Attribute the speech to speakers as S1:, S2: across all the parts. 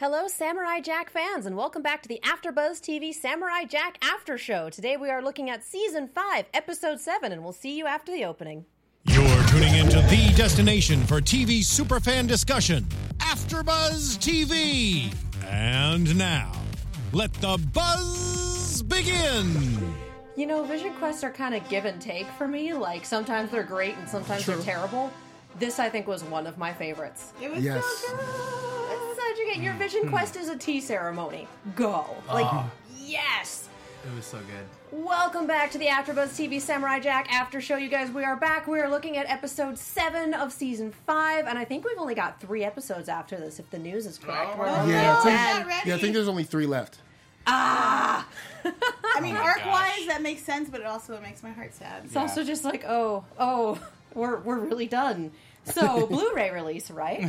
S1: Hello, Samurai Jack fans, and welcome back to the AfterBuzz TV Samurai Jack After Show. Today we are looking at Season 5, Episode 7, and we'll see you after the opening.
S2: You're tuning into the destination for TV superfan discussion, AfterBuzz TV. And now, let the buzz begin.
S1: You know, vision quests are kind of give and take for me. Like, sometimes they're great and sometimes they're terrible. This, I think, was one of my favorites.
S3: It was
S4: Yes.
S3: so good.
S1: This is how you get your vision quest is a tea ceremony. Go. Like, yes!
S3: It was so good.
S1: Welcome back to the AfterBuzz TV Samurai Jack After Show, you guys. We are back. We are looking at episode seven of season five, and I think we've only got three episodes after this, if the news is correct. We're on
S4: Yeah,
S1: episode
S4: I think-
S1: ten.
S4: Yeah, I think there's only three left.
S3: I
S5: Oh
S3: mean, arc wise, that makes sense, but it also makes my heart sad.
S1: It's also just like, oh, oh, we're we're really done. So Blu-ray release, right?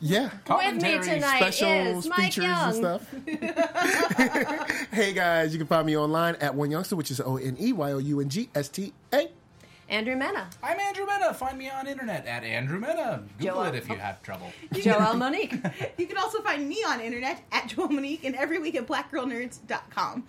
S4: Yeah,
S1: With me tonight
S4: specials,
S1: is Mike
S4: features,
S1: Young.
S4: and stuff. hey guys, you can find me online at One Youngster, which is O N E Y O U N G S T A.
S1: Andrew Mena,
S5: I'm Andrew Mena. Find me on internet at Andrew Mena. Google
S1: Joel.
S5: it if you have trouble.
S1: Joelle Monique,
S3: You can also find me on internet at Joel Monique and every week at blackgirlnerds.com.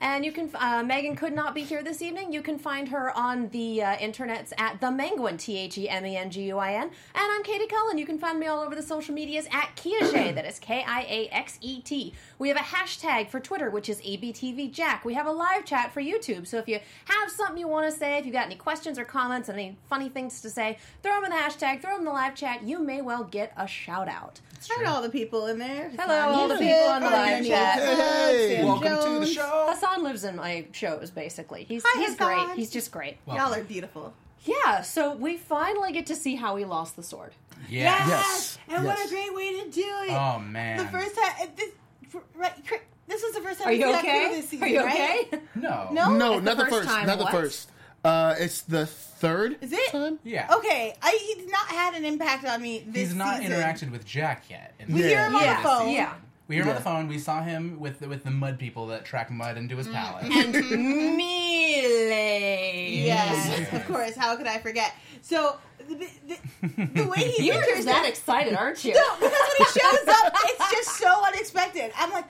S1: and you can. Uh, Megan could not be here this evening. You can find her on the uh, internets at the Menguin, T H E M E N G U I N, and I'm Katie Cullen. You can find me all over the social medias at Kiaxet. that is K I A X E T. We have a hashtag for Twitter, which is ABTV Jack. We have a live chat for YouTube, so if you have something you want to say, if you've got any questions or comments and any funny things to say, throw them in the hashtag, throw them in the live chat. You may well get a shout out.
S3: Hi to all the people in there.
S1: Hello, all the people on the live chat.
S4: Hey.
S5: Welcome to the show.
S1: Hassan lives in my shows, basically. He's
S3: Hi,
S1: he's
S3: Hassan.
S1: great. He's just great.
S3: Y'all are beautiful.
S1: Yeah. So we finally get to see how he lost the sword.
S5: Yeah.
S4: Yes.
S3: And what a
S4: Yes.
S3: great way to do it.
S5: Oh man.
S3: The first time. it- This, for- right, cr- this was the first time
S1: Are
S3: we
S1: you
S3: did that
S1: okay?
S3: crew this season,
S1: Are you
S3: right?
S1: okay?
S5: No.
S3: No?
S4: No,
S1: Oh, It's
S4: not
S1: the
S4: the,
S1: first
S4: first.
S1: time,
S4: Not the
S1: what?
S4: first. Uh, it's the third.
S3: Is it?
S4: Time?
S5: Yeah.
S3: Okay. I, he's not had an impact on me this
S5: He's not
S3: season.
S5: interacted with Jack yet. And
S3: We
S4: Yeah.
S3: hear him on
S1: Yeah,
S3: the phone.
S1: yeah.
S5: We hear him on
S4: Yeah.
S5: the phone. We saw him with the, with the mud people that track mud into
S3: Mm.
S5: his palate.
S1: Mm-hmm. Melee.
S3: Yes, of course. How could I forget? So the, the, the way he
S1: You were
S3: pictures
S1: just that excited, aren't you?
S3: No, because when he shows up, it's just so unexpected. I'm like,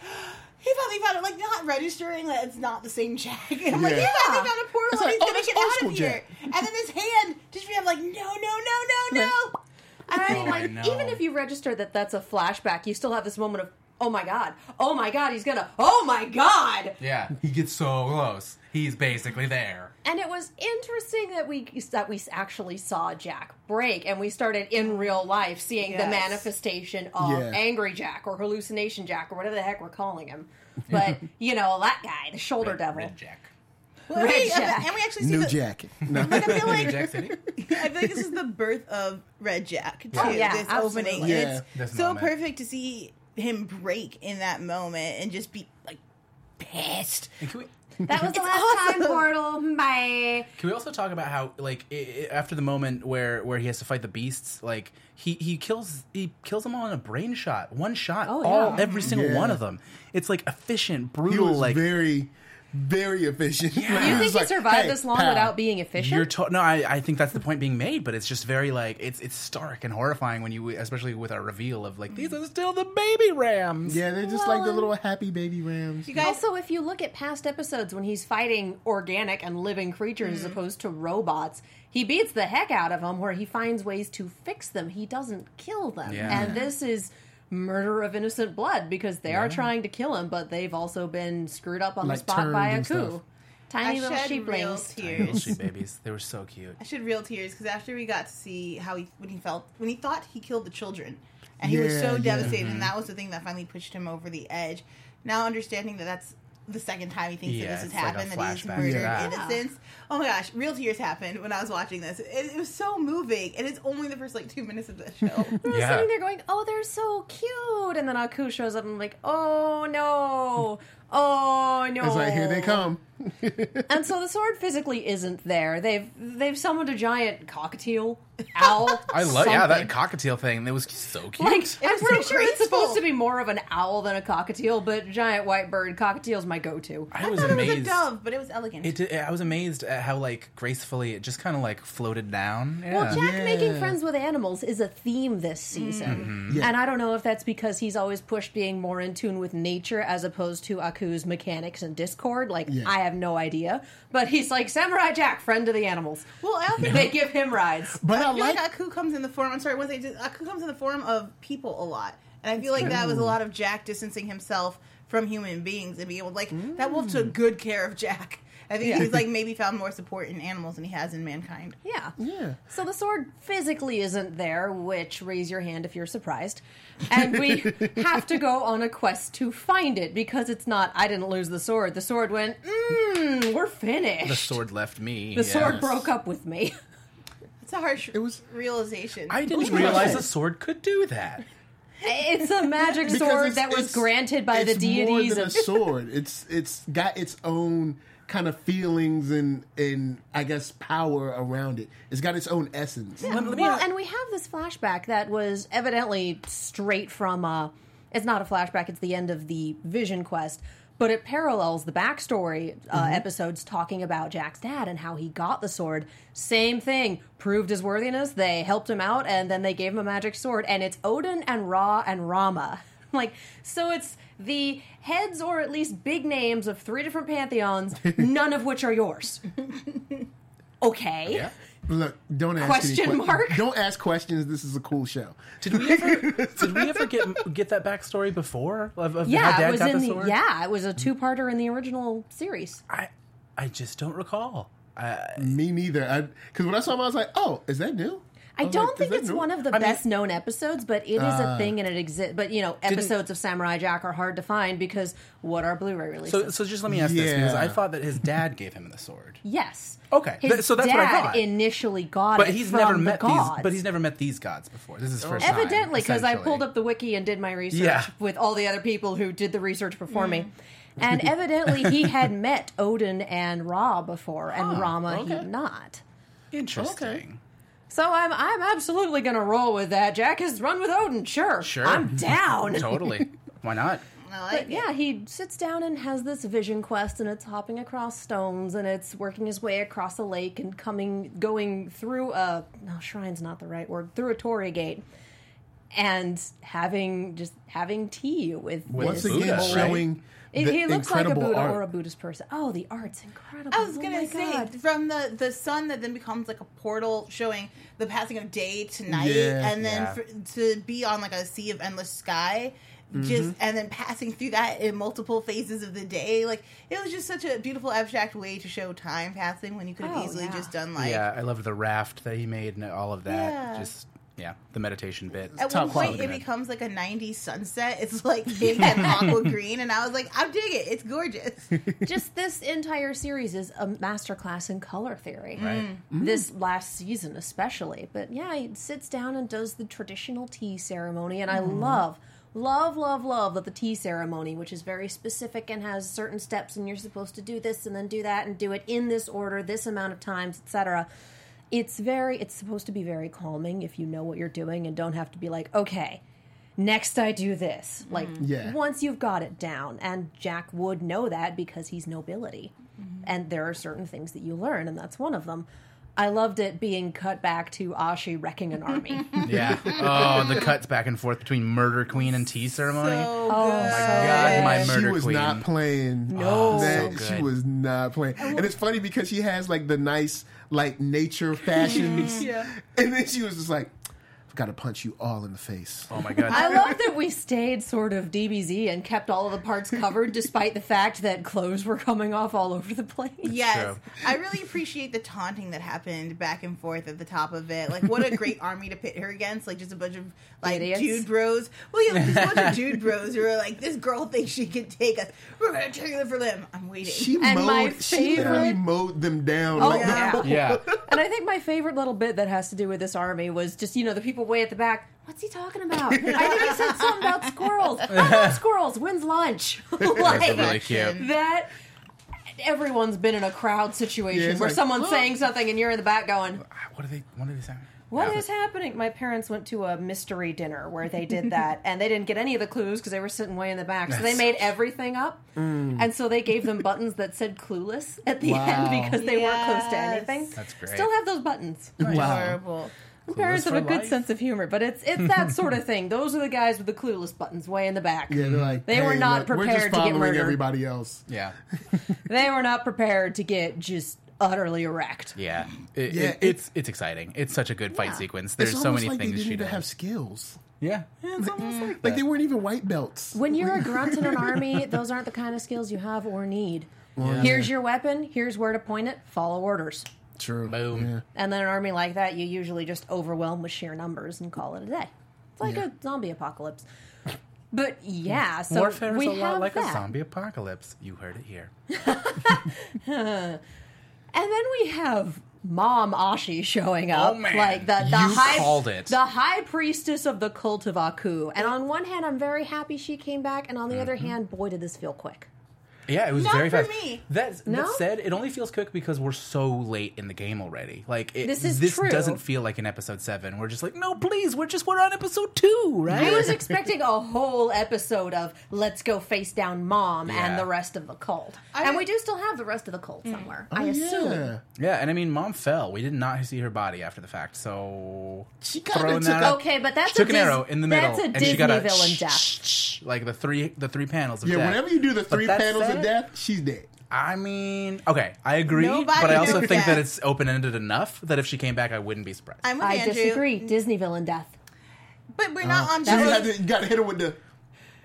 S3: he finally found it. Like not registering that it's not the same Jack. I'm like, he
S4: Yeah.
S3: finally found a portal.
S4: It's
S3: and
S4: like,
S3: he's
S4: oh,
S3: gonna
S4: that's
S3: get
S4: old
S3: out
S4: school
S3: of here.
S4: Jack.
S3: And then his hand just be I'm like, no, no, no, no, no.
S1: And I mean,
S5: Oh,
S1: like,
S5: I know.
S1: even if you register that that's a flashback, you still have this moment of, oh my god, oh my god, he's gonna, oh my god.
S5: Yeah. He gets so close. He's basically there.
S1: And it was interesting that we that we actually saw Jack break, and we started in real life seeing the
S3: Yes.
S1: manifestation of
S4: Yeah.
S1: Angry Jack or Hallucination Jack or whatever the heck we're calling him. But you know that guy, the shoulder devil.
S5: Red Jack.
S3: Well,
S1: Red
S3: we-
S1: Jack.
S3: And we actually see
S4: New
S3: the,
S4: Jack. No.
S3: But I feel
S5: New
S3: like
S5: Jack City.
S3: I feel like this is the birth of Red Jack too.
S1: Oh, yeah,
S3: this
S1: absolutely.
S3: opening,
S4: Yeah.
S3: And it's
S5: This
S3: so
S5: moment.
S3: perfect to see him break in that moment and just be like pissed.
S5: And can we
S1: That was the last
S3: awesome.
S1: time portal. Bye.
S5: Can we also talk about how, like, i i after the moment where where he has to fight the beasts, like he he kills he kills them all in a brain shot, one shot,
S1: Oh,
S5: all
S1: yeah.
S5: every single
S4: Yeah.
S5: one of them. It's like efficient,
S4: He
S5: brutal,
S4: was
S5: like.
S4: very, very efficient. Yeah.
S1: You think he survived this long without being efficient?
S5: you're to- no, I, I think that's the point being made, but it's just very like it's it's stark and horrifying when you, especially with our reveal of like these are still the baby rams.
S4: Yeah, they're just
S1: Well,
S4: like the
S1: and-
S4: little happy baby rams.
S3: You guys,
S1: also, if you look at past episodes when he's fighting organic and living creatures
S4: Mm-hmm.
S1: as opposed to robots, he beats the heck out of them where he finds ways to fix them. He doesn't kill them.
S5: Yeah.
S1: And this is murder of innocent blood because they are trying to kill him, but they've also been screwed up on
S4: Like
S1: the spot by
S4: turned
S1: a
S4: and
S1: coup.
S4: stuff.
S1: Tiny
S3: I
S1: little
S3: shed real
S1: sheeplings.
S5: Little
S3: tears.
S5: sheep babies, they were so cute.
S3: I shed real tears because after we got to see how he when he felt when he thought he killed the children, and he was
S4: Yeah,
S3: so
S4: yeah.
S3: devastated,
S5: mm-hmm.
S3: and that was the thing that finally pushed him over the edge. Now understanding that that's the second time he thinks
S5: Yeah,
S3: that this has
S5: it's like
S3: happened,
S5: a
S3: that he's
S5: flashback to
S3: murdered
S5: that.
S3: innocents. Oh my gosh, real tears happened when I was watching this. It, it was so moving, and it's only the first like two minutes of the show.
S1: I'm
S5: Yeah.
S1: sitting there going, "Oh, they're so cute," and then Aku shows up and I'm like, "Oh no, oh no!"
S4: It's like here they come.
S1: and so the sword physically isn't there. They've they've summoned a giant cockatiel, owl.
S5: I love yeah that
S1: something.
S5: cockatiel thing. That was so cute.
S1: Like, I'm
S3: was
S1: pretty
S3: so
S1: sure it's
S3: graceful.
S1: supposed to be more of an owl than a cockatiel, but giant white bird cockatiel's my go-to.
S5: I was
S3: thought
S5: amazed.
S3: it was a dove, but it was elegant.
S5: It did, I was amazed at how like gracefully it just kind of like floated down. Yeah. Mm-hmm.
S1: Well, Jack
S4: Yeah.
S1: making friends with animals is a theme this season.
S4: Yeah.
S1: And I don't know if that's because he's always pushed being more in tune with nature as opposed to Aku's mechanics and discord. Like,
S4: Yeah.
S1: I have no idea. But he's like, Samurai Jack, friend to the animals.
S3: well, I also
S1: They give him rides.
S4: But I
S3: I feel like,
S4: like
S3: Aku comes in the form. I'm sorry, one thing. just- Aku comes in the form of people a lot, and I feel like that was a lot of Jack distancing himself from human beings and being able, like, that wolf
S4: Mm.
S3: took good care of Jack. I think he's like maybe found more support in animals than he has in mankind.
S1: Yeah.
S4: Yeah.
S1: So the sword physically isn't there, which raise your hand if you're surprised. And we have to go on a quest to find it because it's not, I didn't lose the sword. The sword went, mmm, we're finished.
S5: the sword left me.
S1: The sword broke up with me.
S3: It's a harsh it
S4: was-
S3: was, realization.
S5: I didn't
S4: It was
S5: realize
S4: nice.
S5: the sword could do that.
S1: It's a magic
S4: Because
S1: sword
S4: it's-
S1: that was
S4: it's-
S1: granted by the
S4: it's more
S1: deities
S4: than
S1: of
S4: a sword. It's it's got its own kind of feelings and and I guess power around it. It's got its own essence.
S5: Let, let me
S1: Well, and we have this flashback that was evidently straight from uh it's not a flashback, it's the end of the Vision Quest, but it parallels the backstory uh,
S5: Mm-hmm.
S1: episodes talking about Jack's dad and how he got the sword. Same thing, proved his worthiness, they helped him out and then they gave him a magic sword and it's Odin and Ra and Rama. Like so it's the heads or at least big names of three different pantheons, none of which are yours. Okay.
S5: yeah.
S4: Look, don't ask
S1: Question
S4: any que-
S1: mark?
S4: Don't ask questions. This is a cool show.
S5: Did we ever did we ever get get that backstory before of, of how
S1: Yeah,
S5: Dad
S1: it was
S5: got
S1: in
S5: the
S1: the,
S5: sword?
S1: yeah, it was a two parter in the original series.
S5: I I just don't recall. I,
S4: Me neither. I because when I saw him, I was like, oh, is that new?
S1: I
S4: was
S1: don't
S4: like, is
S1: think
S4: that
S1: it's
S4: new?
S1: one of the
S5: I mean- uh,
S1: best known episodes, but it is a thing and it exists. But you know, episodes of Samurai Jack are hard to find because what are Blu-ray releases?
S5: so so just let me ask this because
S4: Yeah.
S5: I thought that his dad gave him the sword.
S1: yes,
S5: Okay,
S1: His
S5: th- so that's
S1: dad
S5: what I thought.
S1: initially got
S5: But
S1: it
S5: he's
S1: from
S5: never
S1: the
S5: met
S1: gods.
S5: these. But he's never met these gods before. This is his first time.
S1: Evidently, because I
S5: essentially.
S1: pulled up the wiki and did my research
S5: Yeah.
S1: with all the other people who did the research before me. And evidently, he had met Odin and Ra before, and Rama he
S5: okay.
S1: had not.
S5: Interesting.
S1: So I'm I'm absolutely gonna roll with that. Jack has run with Odin, sure.
S5: Sure.
S1: I'm down.
S5: Totally. Why not?
S3: I like
S1: But
S3: it.
S1: yeah, he sits down and has this vision quest, and it's hopping across stones, and it's working his way across a lake and coming, going through a no shrine's not the right word, through a torii gate, and having just having tea with
S5: With
S4: Once
S1: this.
S5: Buddha,
S4: again,
S5: right?
S4: showing
S1: It-
S4: the
S1: he looks like a
S4: incredible
S1: Buddha
S4: art.
S1: or a Buddhist person. Oh, the art's incredible.
S3: I was
S1: Oh
S3: gonna
S1: my
S3: say
S1: God.
S3: from the the sun that then becomes like a portal showing the passing of day to night,
S4: Yeah.
S3: and then
S5: Yeah.
S3: for, to be on like a sea of endless sky,
S4: Mm-hmm.
S3: just and then passing through that in multiple phases of the day. Like it was just such a beautiful abstract way to show time passing when you could have
S1: Oh,
S3: easily
S1: yeah.
S3: just done like.
S5: yeah, I loved the raft that he made and all of that.
S3: Yeah.
S5: Just yeah, the meditation bit.
S3: At
S4: Top
S3: one point,
S4: quality,
S3: it
S4: man.
S3: becomes like a '90s sunset. It's like pink and aqua green, and I was like, "I dig it. It's gorgeous."
S1: just this entire series is a masterclass in color theory.
S5: Right.
S1: This last season, especially. But yeah, he sits down and does the traditional tea ceremony, and I love. Love, love, love that the tea ceremony, which is very specific and has certain steps, and you're supposed to do this and then do that and do it in this order, this amount of times, etc. It's very, it's supposed to be very calming if you know what you're doing and don't have to be like, okay, next I do this. Like,
S4: Yeah.
S1: once you've got it down, and Jack would know that because he's nobility. And there are certain things that you learn, and that's one of them. I loved it being cut back to Ashi wrecking an army.
S5: Yeah. Oh, the cuts back and forth between murder queen and tea ceremony.
S3: So
S1: oh,
S3: good.
S5: God, my
S4: she
S5: murder
S4: was
S5: queen.
S4: not playing.
S5: No. Oh,
S4: That-
S5: so good.
S4: she was not playing. And it's funny because she has like the nice like nature fashions,
S3: Yeah.
S4: and then she was just like, "I've got to punch you all in the face."
S5: oh my god.
S1: I love that we stayed sort of DBZ and kept all of the parts covered, despite the fact that clothes were coming off all over the place.
S3: Yes,
S5: true.
S3: I really appreciate the taunting that happened back and forth at the top of it. Like, what a great army to pit her against! Like, just a bunch of like
S1: Idiots.
S3: dude bros. Well, yeah, just a bunch of dude bros who are like, "This girl thinks she can take us. We're gonna take her limb for limb." I'm waiting.
S4: She
S1: And
S4: mowed.
S1: my
S4: she literally
S1: favorite-
S4: mowed them down.
S1: Oh,
S4: like,
S1: yeah.
S5: yeah.
S1: And I think my favorite little bit that has to do with this army was just, you know, the people way at the back. What's he talking about? I think he said something about squirrels. I love squirrels. When's lunch? like,
S5: That's really cute.
S1: that everyone's been in a crowd situation
S4: Yeah, it's
S1: where
S4: like,
S1: someone's
S4: "Look."
S1: saying something and you're in the back going,
S5: What are they? What are they saying?
S1: "What is
S5: Yeah.
S1: happening?" My parents went to a mystery dinner where they did that, and they didn't get any of the clues because they were sitting way in the back. So they made everything up,
S5: Mm.
S1: and so they gave them buttons that said "clueless" at the
S4: Wow.
S1: end because they weren't close to
S3: Yes.
S1: anything.
S5: That's great.
S1: Still have those buttons.
S4: Wow.
S3: Horrible.
S1: parents have
S5: for
S1: a good
S5: life.
S1: sense of humor, but it's it's that sort of thing. Those are the guys with the clueless buttons way in the back.
S4: Yeah, they're like
S1: They
S4: "Hey,
S1: were not
S4: look, we're
S1: prepared
S4: just
S1: to get
S4: following
S1: murdered."
S4: everybody else.
S5: Yeah,
S1: They were not prepared to get just utterly wrecked.
S5: yeah. It,
S4: Yeah,
S5: it-
S4: it-
S5: it's it's exciting. It's such a good fight
S1: Yeah.
S5: sequence.
S4: It's
S5: There's so
S4: almost
S5: many
S4: like
S5: things
S4: they didn't
S5: she
S4: even
S5: does.
S4: have skills.
S5: yeah,
S4: It's almost like, like they weren't even white belts.
S1: When you're a grunt in an army, those aren't the kind of skills you have or need. Here's your weapon. Here's where to point it. Follow orders.
S4: True.
S5: Boom.
S4: Yeah.
S1: And then an army like that, you usually just overwhelm with sheer numbers and call it a day. It's like a zombie apocalypse. But yeah, so
S5: Warfare is
S1: we
S5: Mm. a lot
S1: have
S5: like
S1: that.
S5: a zombie apocalypse. You heard it here.
S1: And then we have Mom Ashi showing up,
S5: Oh, man.
S1: like the the
S5: You
S1: high
S5: called it.
S1: the high priestess of the cult of Aku. And on one hand, I'm very happy she came back, and on the
S5: Mm-hmm.
S1: other hand, boy, did this feel quick.
S5: Yeah, it was
S3: Not
S5: very
S3: for
S5: fast.
S3: me.
S5: That,
S1: No?
S5: that said, it only feels quick because we're so late in the game already. Like it,
S1: This is true.
S5: doesn't feel like an episode seven. We're just like, no, please, we're just we're on episode two, right?
S1: I was expecting a whole episode of "Let's go face down Mom"
S5: Yeah. Mm.
S1: and the rest of the cult,
S3: I-
S1: and we do still have the rest of the cult somewhere. I assume.
S4: Oh, Yeah.
S5: Oh, yeah, and I mean, mom fell. We did not see her body after the fact, so
S4: She kinda
S5: Throw an
S4: took
S5: arrow-
S4: out-
S1: Okay, but that's
S5: took
S1: a
S5: an
S1: Dis-
S5: arrow in the middle,
S1: That's a
S5: and
S1: Disney
S5: she got a
S1: villain
S5: shh,
S1: death.
S5: shh, shh, like the three the three panels of
S4: Yeah,
S5: death.
S4: whenever you do the
S5: But
S4: three
S5: that
S4: panels of
S5: said,
S4: death, she's dead.
S5: I mean, okay, I agree,
S3: Nobody
S5: but I also
S3: knew
S5: think
S3: that.
S5: that it's open ended enough that if she came back, I wouldn't be surprised.
S3: I'm with
S1: I
S3: Andrew.
S1: disagree. Disney villain death.
S3: But we're not on
S4: So you,
S3: Disney.
S4: had to, you got to hit her with the.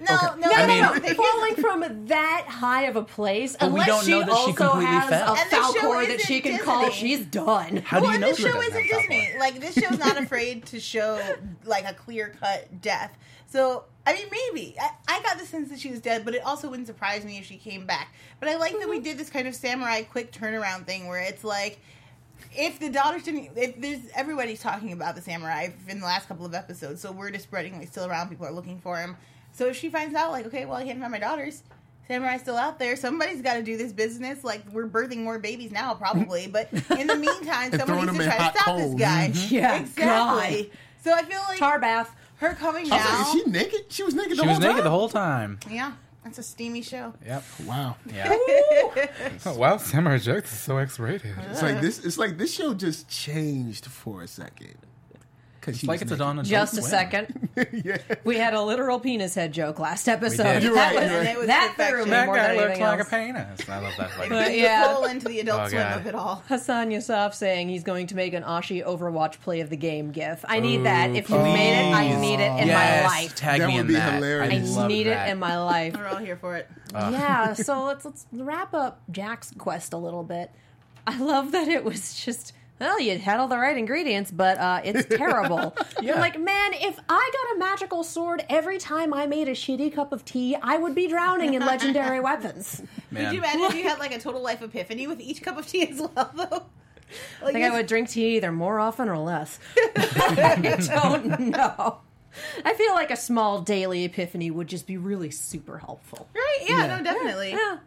S3: No,
S5: Uh-huh. Okay.
S3: no,
S5: I
S3: no,
S5: mean-
S3: no,
S1: They're
S3: no.
S1: falling from that high of a place,
S5: we
S1: unless
S5: don't
S1: she
S5: know that she
S1: also
S5: completely
S1: has
S5: fell.
S1: a
S3: And the show
S1: falcor that
S3: isn't
S1: she can call,
S3: Disney.
S1: she's done.
S5: How do
S3: well,
S5: you
S3: and
S5: know
S3: this
S5: she
S3: show
S5: doesn't
S3: isn't
S5: have that
S3: Disney. Like this show's not afraid to show like a clear cut death. So I mean, maybe I, I got the sense that she was dead, but it also wouldn't surprise me if she came back. But I like that
S5: Mm-hmm.
S3: we did this kind of samurai quick turnaround thing where it's like. If the daughters didn't, if there's everybody's talking about the samurai in the last couple of episodes, so word is spreading, like still around, people are looking for him. So if she finds out, like, okay, well, I handed out my daughters, samurai's still out there. Somebody's got to do this business. Like, we're birthing more babies now, probably, but in the meantime,
S4: And
S3: someone
S4: throwing
S3: needs to
S4: them in
S3: try to
S4: hot
S3: stop
S4: coals.
S3: this guy.
S4: Mhm.
S1: Yeah,
S3: exactly.
S1: God.
S3: So I feel like
S1: Tar bath.
S3: her coming
S4: I was like,
S3: now.
S4: is she naked? She was naked the
S5: she
S4: whole
S5: was naked
S4: time?
S5: the whole time.
S3: yeah, that's a steamy show.
S5: Yep.
S4: Wow.
S5: Yeah. wow, Samurai Jax is so X rated.
S4: It's like this. It's like this show just changed for a second. Cause she
S5: Like it's a Dawn of
S1: Just a
S5: Win.
S1: second.
S4: yeah.
S1: We had a literal penis head joke last episode.
S5: did.
S4: You're
S1: that
S4: right,
S1: was,
S4: you're right.
S3: It was
S1: that
S3: perfection.
S1: threw me
S5: That
S1: more
S5: guy
S1: than
S5: looks
S1: anything
S5: like a
S1: else.
S5: penis. I love that. fucking-
S1: But
S3: Yeah.
S1: yeah,
S3: into the adult
S5: Oh,
S3: swim
S5: God.
S3: of it all.
S1: Hassan Yusuf saying he's going to make an Ashi Overwatch play of the game gif. I need that. If you made it, I
S5: please.
S1: need it in
S5: yes,
S1: my life.
S5: Tag
S4: That
S5: me
S4: would
S5: in
S4: be
S5: that.
S1: I
S4: hilarious.
S5: love
S1: need
S5: that.
S1: it in my life.
S3: We're all here for it.
S1: yeah so let's let's wrap up jack's quest a little bit i love that it was just well you had all the right ingredients but uh it's terrible you're
S5: Yeah.
S1: like man if i got a magical sword every time i made a shitty cup of tea i would be drowning in legendary weapons
S5: Man.
S3: Could you imagine if you had like a total life epiphany with each cup of tea as well, though? Like,
S1: I think I would drink tea either more often or less. I don't know. I feel like a small daily epiphany would just be really super helpful.
S3: Right? Yeah, no, definitely.
S1: Yeah.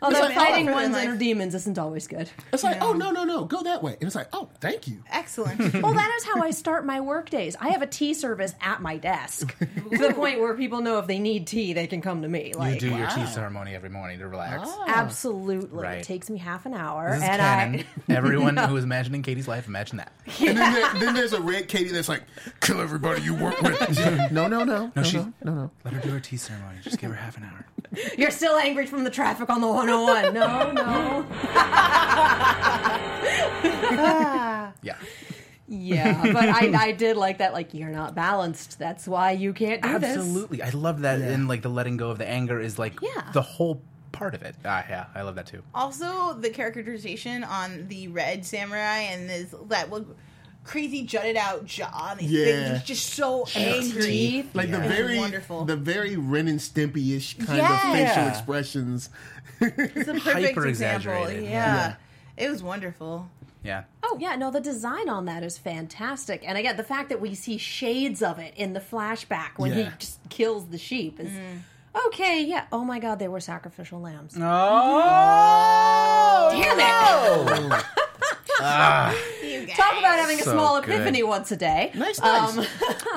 S1: Although
S4: like-
S1: fighting
S3: Oh,
S1: one's
S3: like-
S1: inner demons isn't always good.
S4: It's like, oh no, no, no, go that way. And it's like, oh, thank you.
S3: Excellent.
S1: Well, that is how I start my work days. I have a tea service at my desk to the point where people know if they need tea, they can come to me.
S5: You
S1: Like,
S5: do your tea ceremony every morning to relax.
S1: absolutely. It
S5: Right.
S1: takes me half an hour.
S5: This is
S1: Ah, and
S5: canon.
S1: I.
S5: Everyone who is imagining Katie's life, imagine that.
S4: And then, there, then there's a red Katie that's like, kill everybody you work with. no, no, no, no,
S5: she-
S4: no, no, no.
S5: Let her do her tea ceremony. Just give her half an hour.
S1: You're still angry from the traffic on the 101. No, no.
S5: Yeah.
S1: Yeah, but I, I did like that. Like, you're not balanced. That's why you can't do this.
S5: Absolutely. I love that. And like the letting go of the anger is like
S1: Yeah.
S5: the whole part of it. Ah, yeah. I love that too.
S3: also, the characterization on the red samurai and this that well, crazy jutted out jaw. And his face,
S4: Yeah.
S3: he's just so angry.
S1: Teeth.
S4: Like
S5: Yeah.
S4: the very,
S3: Wonderful.
S4: the very Ren and Stimpy ish kind
S1: Yeah.
S4: of facial expressions.
S3: It's a perfect example. Yeah.
S5: Hyper-exaggerated.
S3: It was wonderful.
S5: Yeah.
S1: Oh yeah, no, the design on that is fantastic, and again, the fact that we see shades of it in the flashback when he
S4: Yeah.
S1: just kills the sheep is. Okay, yeah. Oh my god, they were sacrificial lambs.
S5: Oh,
S1: Damn it!
S3: You guys.
S1: Talk about having a
S5: So
S1: small
S5: good.
S1: epiphany once a day. Um,
S5: Nice, nice.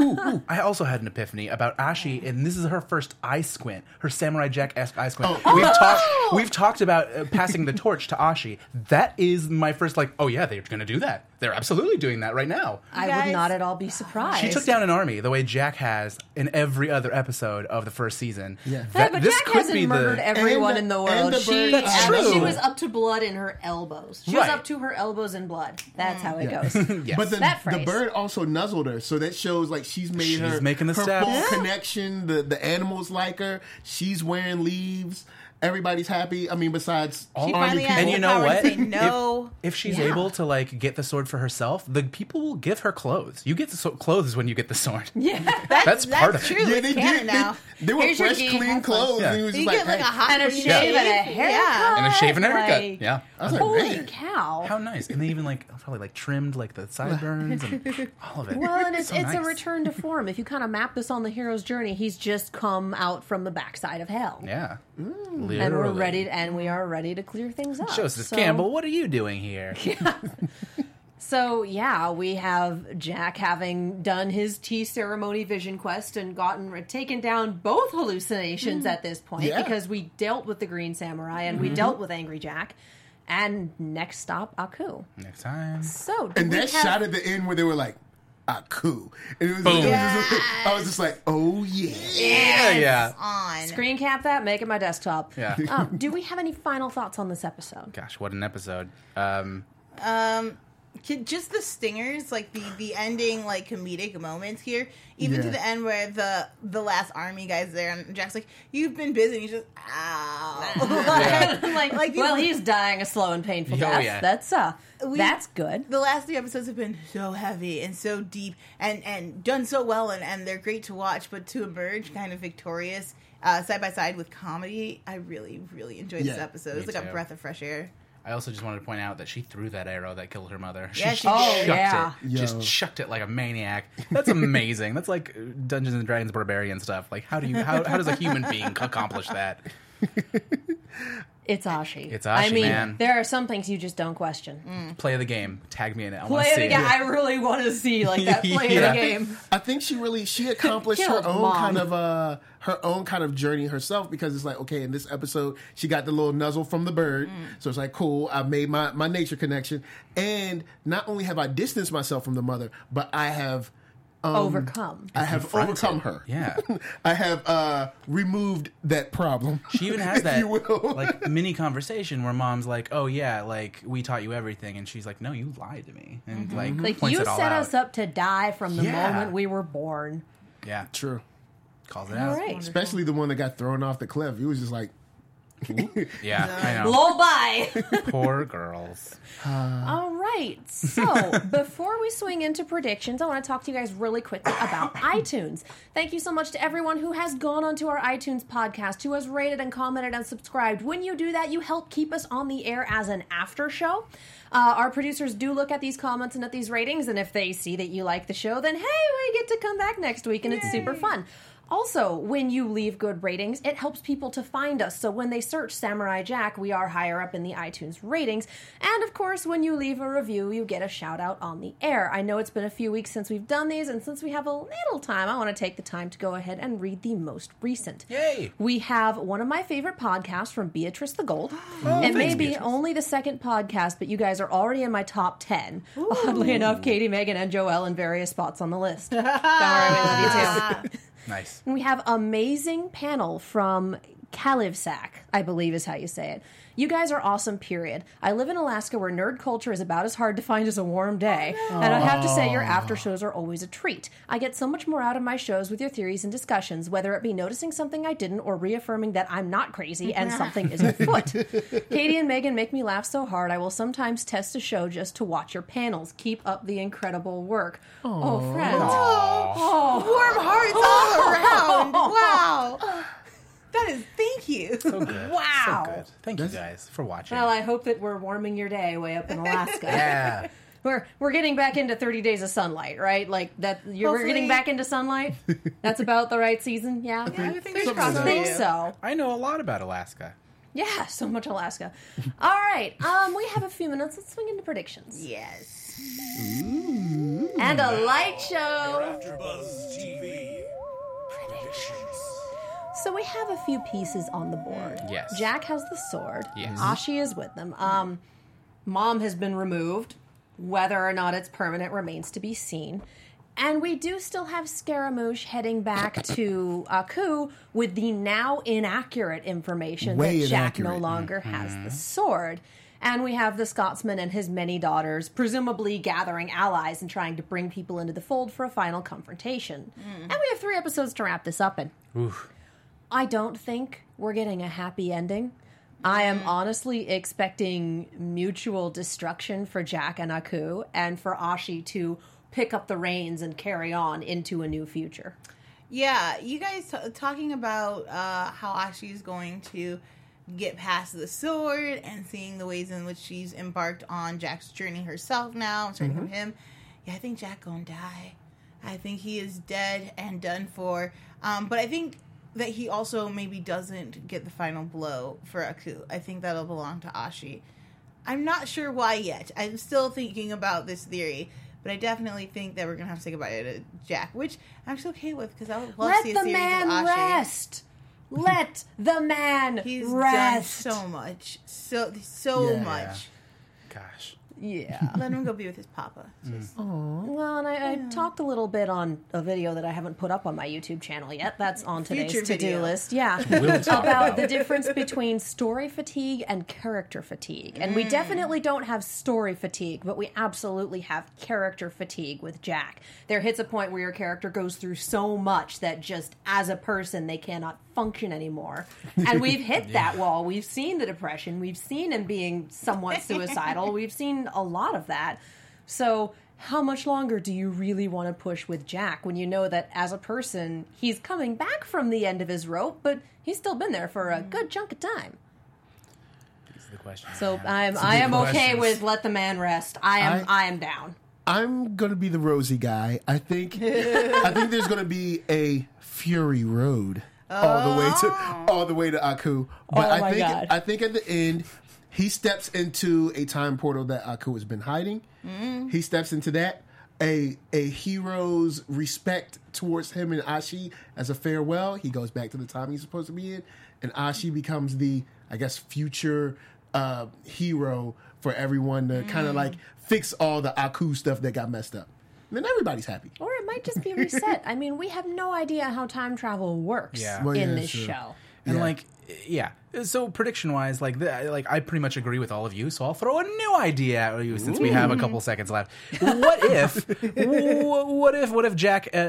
S5: ooh, ooh, I also had an epiphany about Ashi, and this is her first eye squint, her Samurai Jack esque eye squint.
S1: Oh,
S5: We've talked, we've talked about uh, passing the torch to Ashi. That is my first, like, oh yeah, they're going to do that. They're absolutely doing that right now.
S1: I
S3: guys-
S1: would not at all be surprised.
S5: She took down an army the way Jack has in every other episode of the first season. Yeah,
S1: Yeah, but Jack hasn't murdered everyone
S4: And the-
S1: in the
S4: and
S1: world.
S4: the
S1: she,
S4: bird- That's
S1: actually-
S5: true.
S1: she was up to blood in her elbows. She
S5: Right.
S1: was up to her elbows in blood. That's how it goes.
S5: Yes.
S4: But the,
S1: That
S4: the
S1: phrase.
S4: bird also nuzzled her, so that shows like she's made
S5: She's
S4: her
S5: making the
S4: her
S5: steps.
S4: full
S5: Yeah.
S4: connection. The the animals like her. She's wearing leaves. Everybody's happy. I mean, besides
S5: All-
S4: all
S3: She
S4: army
S3: finally
S4: people.
S3: had
S5: and
S3: the
S5: you know
S3: power
S5: what?
S3: to say no.
S5: If, if she's
S1: Yeah.
S5: able to like get the sword for herself, the people will give her clothes. You get the so- clothes when you get the sword.
S1: yeah.
S5: That's part of it.
S3: true.
S4: yeah,
S3: It's
S4: they
S3: canon
S4: did. They,
S3: now.
S4: they were
S1: Here's your
S4: fresh,
S1: key,
S4: clean
S1: have fun.
S4: clothes.
S5: Yeah.
S4: And he was
S3: You
S4: just
S3: get like
S4: hey.
S3: a hot
S1: And a
S3: green
S1: shave and a
S3: shave.
S1: haircut.
S5: and a shave and a haircut.
S1: Like-
S5: yeah.
S4: I was like,
S1: Holy
S4: man.
S1: cow.
S5: How nice. And they even like probably like trimmed like the sideburns and all of it.
S1: Well, and it's,
S5: So
S1: it's a
S5: nice.
S1: return to form. If you kind of map this on the hero's journey, he's just come out from the backside of hell.
S5: Yeah.
S1: Mm. And we're
S5: Literally.
S1: ready, and we are ready to clear things up.
S5: Joseph
S1: So-
S5: Campbell, what are you doing here?
S1: So yeah, we have Jack having done his tea ceremony vision quest and gotten taken down both hallucinations at this point
S4: Yeah.
S1: because we dealt with the Green Samurai and we dealt with Angry Jack, and next stop Aku.
S5: Next time.
S1: So did
S4: And
S1: we
S4: that
S1: have-
S4: shot at the end where they were like, ah, cool. And it was,
S5: Boom.
S4: it was just- I was just like, oh, yeah.
S5: Yeah, Oh, yeah.
S3: on.
S1: screen cap that, make it my desktop.
S5: Yeah.
S1: Um, do we have any final thoughts on this episode?
S5: Gosh, what an episode. Um,
S3: Um, ki- just the stingers, like the the ending, like comedic moments here. Even to
S4: Yeah.
S3: the end where the the last army guy's there, and Jack's like, "You've been busy." And he's just, "Ow."
S1: like,
S3: Like, you-
S1: well, he's dying a slow and painful
S5: Oh,
S1: death.
S5: yeah.
S1: That's uh,
S3: We-
S1: that's good.
S3: the last three episodes have been so heavy and so deep, and and done so well, and and they're great to watch. But to emerge kind of victorious, uh, side by side with comedy, I really really enjoyed this
S4: Yeah,
S3: episode. It's
S5: me
S3: like a
S5: too.
S3: breath of fresh air.
S5: I also just wanted to point out that she threw that arrow that killed her mother. She
S3: Yeah,
S5: just
S3: she did.
S5: chucked
S1: Oh, yeah.
S5: it. Just
S4: Yo.
S5: chucked it like a maniac. That's amazing. That's like Dungeons and Dragons barbarian stuff. Like how do you how, how does a human being accomplish that?
S1: It's Ashi.
S5: It's
S1: I
S5: Ashi,
S1: mean,
S5: man.
S1: there are some things you just don't question.
S5: Play the game. Tag me in it. I want
S1: Play
S5: to see
S1: it again.
S5: it.
S1: I really want to see like that play
S5: Yeah.
S1: the game.
S4: I think she really she accomplished
S1: Killed
S4: her own
S1: mom.
S4: kind of uh her own kind of journey herself because it's like okay in this episode she got the little nuzzle from the bird so it's like cool I made my my nature connection and not only have I distanced myself from the mother but I have
S5: Um,
S1: Overcome.
S4: I have
S5: confronted.
S4: overcome her
S5: Yeah.
S4: I have uh removed that problem
S5: She even has
S4: if
S5: that
S4: you will
S5: like mini conversation where mom's like, "Oh yeah, like we taught you everything," and she's like, "No, you lied to me," and like,
S1: Mm-hmm. Like
S5: points
S1: you
S5: it all
S1: set
S5: out.
S1: us up to die from the
S5: Yeah.
S1: moment we were born.
S5: Yeah,
S4: true
S5: calls it
S1: All
S5: out.
S1: right.
S4: especially the one that got thrown off the cliff he was just like
S5: Yeah, I know.
S1: Lol, bye.
S5: Poor girls.
S1: All right. So before we swing into predictions, I want to talk to you guys really quickly about iTunes. Thank you so much to everyone who has gone onto our iTunes podcast, who has rated and commented and subscribed. When you do that, you help keep us on the air as an after show. Uh, our producers do look at these comments and at these ratings, and if they see that you like the show, then hey, we get to come back next week, and it's super fun. Also, when you leave good ratings, it helps people to find us. So when they search Samurai Jack, we are higher up in the iTunes ratings. And of course, when you leave a review, you get a shout out on the air. I know it's been a few weeks since we've done these, and since we have a little time, I want to take the time to go ahead and read the most recent.
S5: Yay!
S1: We have one of my favorite podcasts from Beatrice the Gold. it may be only the second podcast, but you guys are already in my top 10. Oddly enough, Katie, Megan, and Joelle in various spots on the list. Don't worry, we love you too.
S5: Nice.
S1: And we have amazing panel from Kalivsak, I believe is how you say it. You guys are awesome, period. I live in Alaska where nerd culture is about as hard to find as a warm day. And I have to say, your after shows are always a treat. I get so much more out of my shows with your theories and discussions, whether it be noticing something I didn't or reaffirming that I'm not crazy and something is afoot. Katie and Megan make me laugh so hard, I will sometimes test a show just to watch your panels. Keep up the incredible work. Oh, friends.
S5: Oh.
S3: Warm hearts all around. Wow. That is, thank you.
S1: Wow.
S5: So good. Thank you guys for watching.
S1: Well, I hope that we're warming your day way up in Alaska.
S5: yeah.
S1: we're we're getting back into 30 days of sunlight, right? Like that you're we're getting
S3: Hopefully.
S1: back into sunlight. That's about the right season. Yeah.
S3: I would think
S1: I
S4: so.
S1: think
S3: Yeah.
S1: so.
S5: I know a lot about Alaska.
S1: Yeah, so much Alaska. All right. Um we have a few minutes. Let's swing into predictions.
S3: Yes.
S1: And a light show.
S2: AfterBuzz TV.
S1: So we have a few pieces on the board.
S5: Yes.
S1: Jack has the sword.
S5: Yes.
S1: Ashi is with them. Um, Mom has been removed. Whether or not it's permanent remains to be seen. And we do still have Scaramouche heading back to Aku with the now inaccurate information
S4: Way
S1: that Jack no
S4: inaccurate.
S1: longer has the sword. And we have the Scotsman and his many daughters, presumably gathering allies and trying to bring people into the fold for a final confrontation. And we have three episodes to wrap this up in. I don't think we're getting a happy ending. I am
S3: Mm-hmm.
S1: honestly expecting mutual destruction for Jack and Aku and for Ashi to pick up the reins and carry on into a new future.
S3: Yeah, you guys t- talking about uh, how Ashi is going to get past the sword and seeing the ways in which she's embarked on Jack's journey herself now,
S1: Mm-hmm.
S3: and starting from him. Yeah, I think Jack gonna die. I think he is dead and done for. Um, but I think that he also maybe doesn't get the final blow for Aku. I think that'll belong to Ashi. I'm not sure why yet. I'm still thinking about this theory, but I definitely think that we're gonna have to say goodbye to Jack, which I'm actually okay with because I would love to
S1: Let
S3: see a
S1: the
S3: series
S1: man
S3: of Ashi.
S1: rest. Let the man
S3: He's
S1: rest.
S3: done so much, so so
S4: Yeah.
S3: much.
S5: Gosh.
S1: yeah.
S3: Let him go be with his papa. Just-
S1: Well, and I, I talked a little bit on a video that I haven't put up on my YouTube channel yet. That's on today's
S3: Future
S1: to do
S3: video.
S1: list. Yeah.
S5: We'll talk
S1: about the difference between story fatigue and character fatigue. And we
S3: Mm.
S1: definitely don't have story fatigue, but we absolutely have character fatigue with Jack. There hits a point where your character goes through so much that just as a person they cannot function anymore. And we've hit that wall. We've seen the depression, we've seen him being somewhat suicidal. we've seen a lot of that. So how much longer do you really want to push with Jack when you know that as a person he's coming back from the end of his rope, but he's still been there for a good chunk of time.
S5: These are the questions.
S1: So I'm
S5: Some
S1: I
S5: good
S1: am okay
S5: questions.
S1: with let the man rest. I am I,
S4: I-
S1: am down.
S4: I'm gonna be the rosy guy. I think I think there's gonna be a Fury Road all the way to all the way to Aku. But
S1: Oh
S4: I
S1: my
S4: think
S1: God.
S4: I think at the end he steps into a time portal that Aku has been hiding. He steps into that. A a hero's respect towards him and Ashi as a farewell. He goes back to the time he's supposed to be in, and Ashi becomes the I guess future uh, hero for everyone to kind of like fix all the Aku stuff that got messed up. And then everybody's happy.
S1: Or it might just be reset. I mean, we have no idea how time travel works
S5: Yeah.
S4: Well,
S1: in
S4: yeah,
S1: this
S4: sure.
S1: show.
S5: And like, yeah. So prediction wise, like, the, like I pretty much agree with all of you. So I'll throw a new idea at you since we have a couple seconds left. What if? wh- what if? What if Jack uh,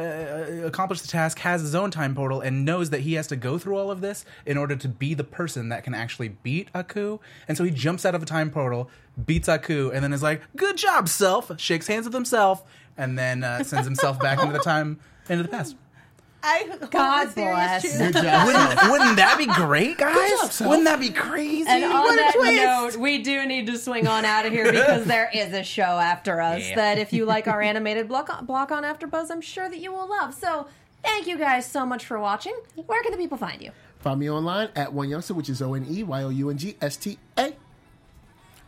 S5: accomplished the task, has his own time portal, and knows that he has to go through all of this in order to be the person that can actually beat Aku? And so he jumps out of a time portal, beats Aku, and then is like, "Good job, self!" Shakes hands with himself, and then uh, sends himself back into the time into the past.
S3: I hope
S1: God
S3: the theory
S1: bless.
S3: is true.
S4: Good job.
S5: Wouldn't, wouldn't that be great,
S4: job,
S5: guys?
S4: Sal.
S5: Wouldn't that be crazy?
S1: And on
S3: a
S1: that
S3: twist.
S1: note, we do need to swing on out of here because there is a show after us
S5: Yeah.
S1: that if you like our animated block on, block on AfterBuzz, I'm sure that you will love. So thank you guys so much for watching. Where can the people find you?
S4: Find me online at One Youngster, which is O N E Y O U N G S T A.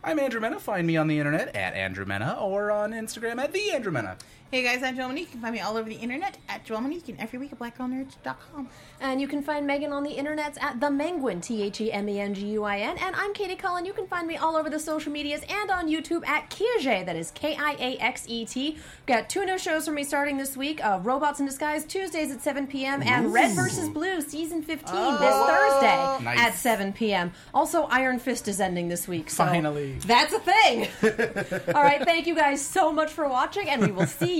S5: I'm Andrew Mena. Find me on the internet at Andrew Mena or on Instagram at the Andrew Mena.
S3: Hey guys, I'm Joel Monique. You can find me all over the internet at Joel Monique and every week at blackgirlnerds.com.
S1: And you can find Megan on the internets at the Menguin, T H E M E N G U I N. And I'm Katie Cullen. You can find me all over the social medias and on YouTube at Kiaxet, that is K I A X E T. Got two new shows for me starting this week uh, Robots in Disguise, Tuesdays at 7 p.m., and Red vs. Blue, season 15, this Thursday
S5: Oh. Nice.
S1: at 7 p.m. Also, Iron Fist is ending this week. So
S5: Finally.
S1: That's a thing. all right. Thank you guys so much for watching, and we will see